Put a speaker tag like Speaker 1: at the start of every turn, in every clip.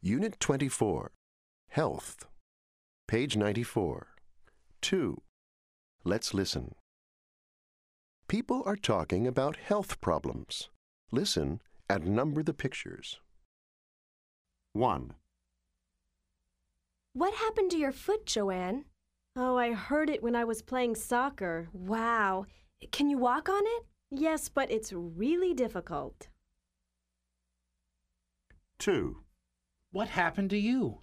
Speaker 1: Unit 24 Health, page 94. 2. Let's listen. People are talking about health problems. Listen and number the pictures.
Speaker 2: 1,
Speaker 3: What happened to your foot, Joanne?
Speaker 4: Oh, I hurt it when I was playing soccer.
Speaker 3: Wow. Can you walk on it?
Speaker 4: Yes, but it's really difficult.
Speaker 2: 2,
Speaker 5: What happened to you?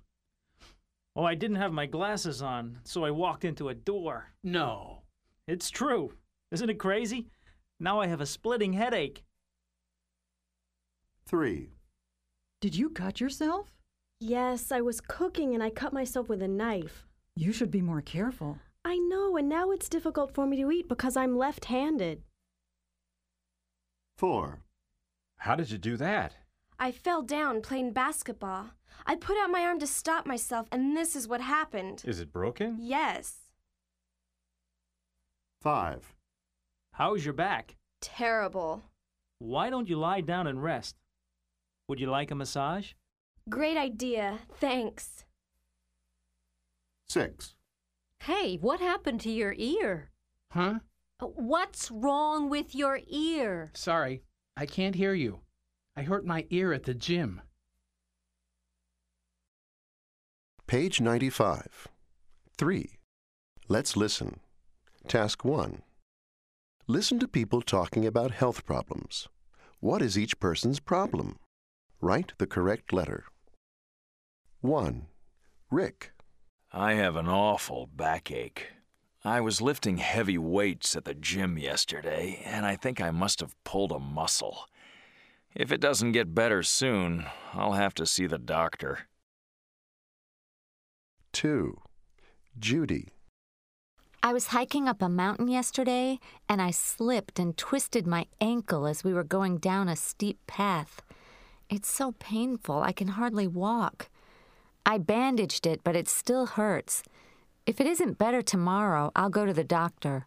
Speaker 6: Oh, I didn't have my glasses on, so I walked into a door.
Speaker 5: No.
Speaker 6: It's true. Isn't it crazy? Now I have a splitting headache.
Speaker 2: 3,
Speaker 7: Did you cut yourself?
Speaker 4: Yes, I was cooking and I cut myself with a knife.
Speaker 7: You should be more careful.
Speaker 4: I know, and now it's difficult for me to eat because I'm left handed.
Speaker 2: 4,
Speaker 8: How did you do that?
Speaker 3: I fell down playing basketball. I put out my arm to stop myself, and this is what happened.
Speaker 8: Is it broken?
Speaker 3: Yes.
Speaker 2: 5,
Speaker 6: How's your back?
Speaker 3: Terrible.
Speaker 6: Why don't you lie down and rest? Would you like a massage?
Speaker 3: Great idea. Thanks.
Speaker 2: 6,
Speaker 9: Hey, what happened to your ear?
Speaker 5: Huh?
Speaker 9: Uh, What's wrong with your ear?
Speaker 5: Sorry, I can't hear you. I hurt my ear at the gym.
Speaker 1: Page 95. 3. Let's listen. Task 1. Listen to people talking about health problems. What is each person's problem? Write the correct letter. 1. Rick.
Speaker 10: I have an awful backache. I was lifting heavy weights at the gym yesterday, and I think I must have pulled a muscle. If it doesn't get better soon, I'll have to see the doctor.
Speaker 1: 2. Judy.
Speaker 9: I was hiking up a mountain yesterday and I slipped and twisted my ankle as we were going down a steep path. It's so painful, I can hardly walk. I bandaged it, but it still hurts. If it isn't better tomorrow, I'll go to the doctor.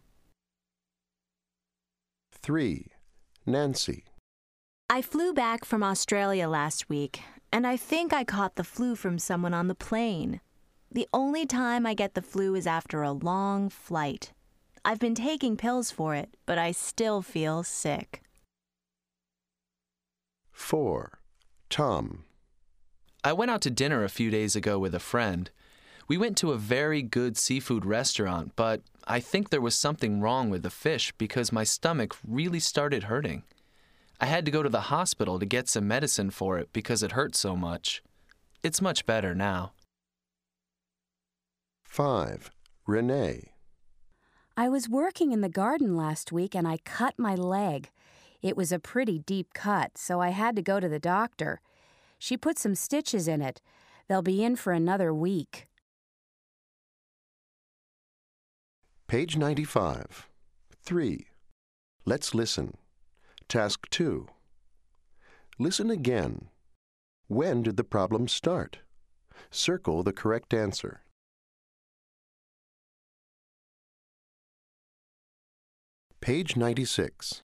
Speaker 1: 3. Nancy.
Speaker 11: I flew back from Australia last week, and I think I caught the flu from someone on the plane. The only time I get the flu is after a long flight. I've been taking pills for it, but I still feel sick.
Speaker 1: 4. Tom.
Speaker 12: I went out to dinner a few days ago with a friend. We went to a very good seafood restaurant, but I think there was something wrong with the fish because my stomach really started hurting. I had to go to the hospital to get some medicine for it because it hurt so much. It's much better now.
Speaker 1: 5. Renee.
Speaker 13: I was working in the garden last week and I cut my leg. It was a pretty deep cut, so I had to go to the doctor. She put some stitches in it. They'll be in for another week.
Speaker 1: Page 95. 3. Let's listen. Task 2. Listen again. When did the problem start? Circle the correct answer. Page 96.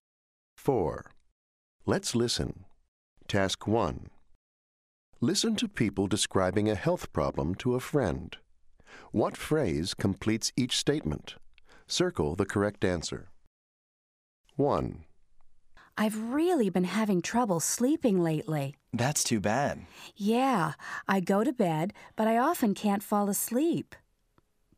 Speaker 1: 4. Let's listen. Task 1. Listen to people describing a health problem to a friend. What phrase completes each statement? Circle the correct answer. 1.
Speaker 13: I've really been having trouble sleeping lately.
Speaker 12: That's too bad.
Speaker 13: Yeah, I go to bed, but I often can't fall asleep.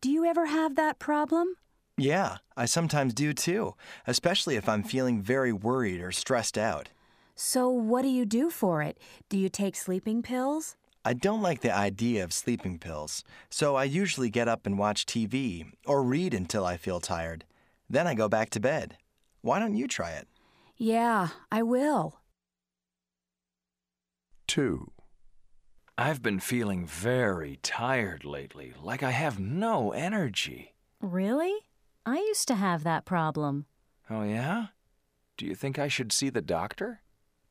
Speaker 13: Do you ever have that problem?
Speaker 12: Yeah, I sometimes do too, especially if I'm feeling very worried or stressed out.
Speaker 13: So, what do you do for it? Do you take sleeping pills?
Speaker 12: I don't like the idea of sleeping pills, so I usually get up and watch TV or read until I feel tired. Then I go back to bed. Why don't you try it?
Speaker 13: Yeah, I will.
Speaker 1: 2.
Speaker 10: I've been feeling very tired lately, like I have no energy.
Speaker 9: Really? I used to have that problem.
Speaker 10: Oh, yeah? Do you think I should see the doctor?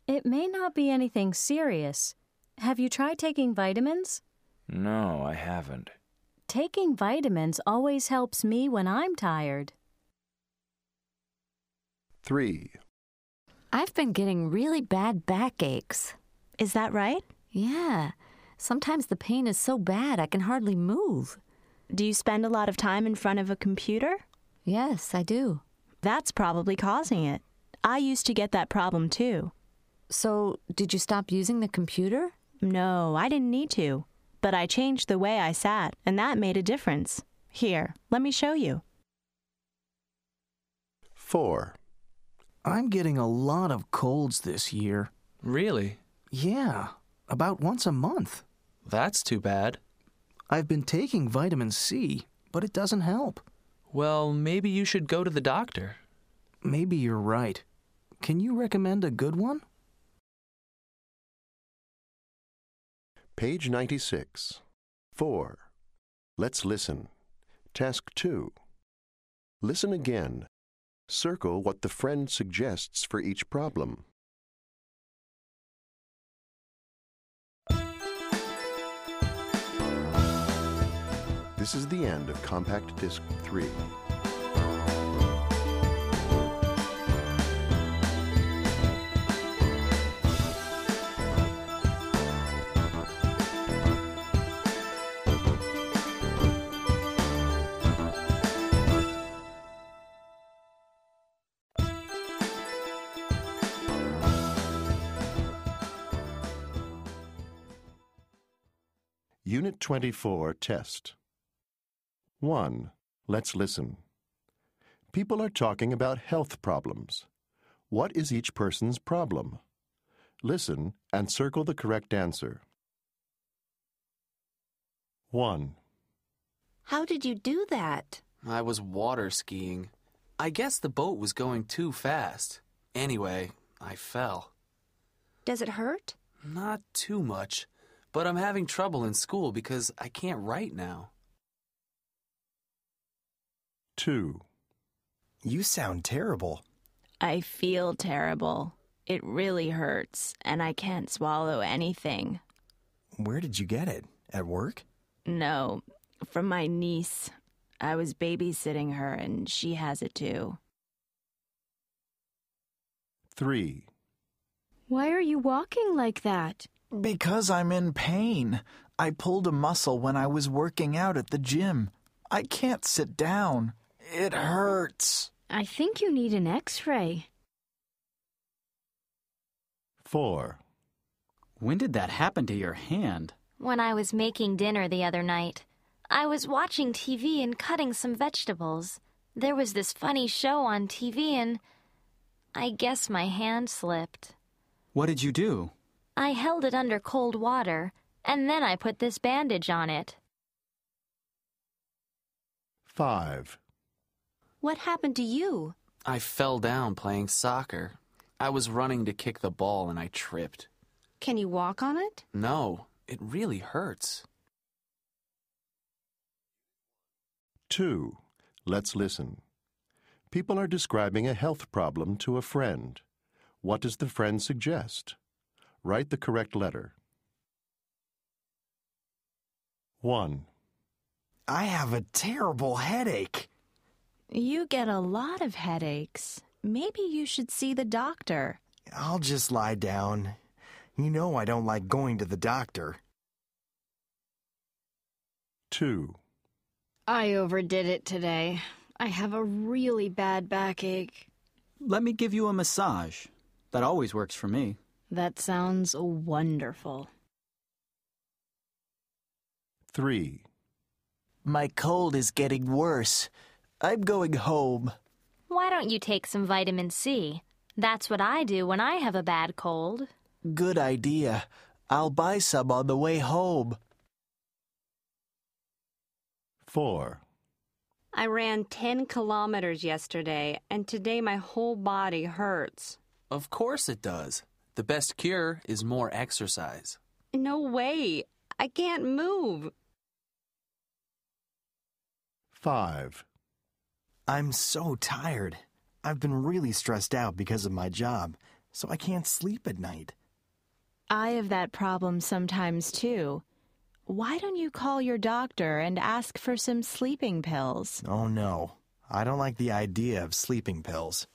Speaker 9: It may not be anything serious. Have you tried taking vitamins?
Speaker 10: No, I haven't.
Speaker 9: Taking vitamins always helps me when I'm tired.
Speaker 1: 3.
Speaker 9: I've been getting really bad backaches.
Speaker 11: Is that right?
Speaker 9: Yeah. Sometimes the pain is so bad I can hardly move.
Speaker 13: Do you spend a lot of time in front of a computer?
Speaker 9: Yes, I do.
Speaker 13: That's probably causing it. I used to get that problem too.
Speaker 9: So, did you stop using the computer?
Speaker 13: No, I didn't need to. But I changed the way I sat, and that made a difference. Here, let me show you.
Speaker 1: 4.
Speaker 6: I'm getting a lot of colds this year.
Speaker 14: Really?
Speaker 6: Yeah, about once a month.
Speaker 14: That's too bad.
Speaker 6: I've been taking vitamin C, but it doesn't help.
Speaker 14: Well, maybe you should go to the doctor.
Speaker 6: Maybe you're right. Can you recommend a good one?
Speaker 1: Page 96. 4. Let's listen. Task 2. Listen again. Circle what the friend suggests for each problem. This is the end of Compact Disc 3. Unit 24 Test 1. Let's listen. People are talking about health problems. What is each person's problem? Listen and circle the correct answer. 1.
Speaker 15: How did you do that?
Speaker 5: I was water skiing. I guess the boat was going too fast. Anyway, I fell.
Speaker 15: Does it hurt?
Speaker 5: Not too much but I'm having trouble in school because I can't write now.
Speaker 1: 2.
Speaker 12: You sound terrible.
Speaker 13: I feel terrible. It really hurts, and I can't swallow anything.
Speaker 12: Where did you get it? At work?
Speaker 13: No, from my niece. I was babysitting her, and she has it too.
Speaker 1: 3.
Speaker 16: Why are you walking like that?
Speaker 12: Because I'm in pain. I pulled a muscle when I was working out at the gym. I can't sit down. It hurts.
Speaker 16: I think you need an x ray.
Speaker 1: 4.
Speaker 17: When did that happen to your hand?
Speaker 18: When I was making dinner the other night. I was watching TV and cutting some vegetables. There was this funny show on TV, and I guess my hand slipped.
Speaker 17: What did you do?
Speaker 18: I held it under cold water, and then I put this bandage on it.
Speaker 1: 5.
Speaker 15: What happened to you?
Speaker 5: I fell down playing soccer. I was running to kick the ball and I tripped.
Speaker 15: Can you walk on it?
Speaker 5: No, it really hurts.
Speaker 1: 2. Let's listen. People are describing a health problem to a friend. What does the friend suggest? Write the correct letter. 1.
Speaker 12: I have a terrible headache.
Speaker 13: You get a lot of headaches. Maybe you should see the doctor.
Speaker 12: I'll just lie down. You know I don't like going to the doctor.
Speaker 1: 2.
Speaker 16: I overdid it today. I have a really bad backache.
Speaker 17: Let me give you a massage. That always works for me.
Speaker 16: That sounds wonderful.
Speaker 1: 3.
Speaker 12: My cold is getting worse. I'm going home.
Speaker 18: Why don't you take some vitamin C? That's what I do when I have a bad cold.
Speaker 12: Good idea. I'll buy some on the way home.
Speaker 1: 4.
Speaker 19: I ran 10 kilometers yesterday, and today my whole body hurts.
Speaker 5: Of course it does. The best cure is more exercise.
Speaker 19: No way. I can't move.
Speaker 1: 5.
Speaker 12: I'm so tired. I've been really stressed out because of my job, so I can't sleep at night.
Speaker 13: I have that problem sometimes too. Why don't you call your doctor and ask for some sleeping pills?
Speaker 12: Oh no. I don't like the idea of sleeping pills.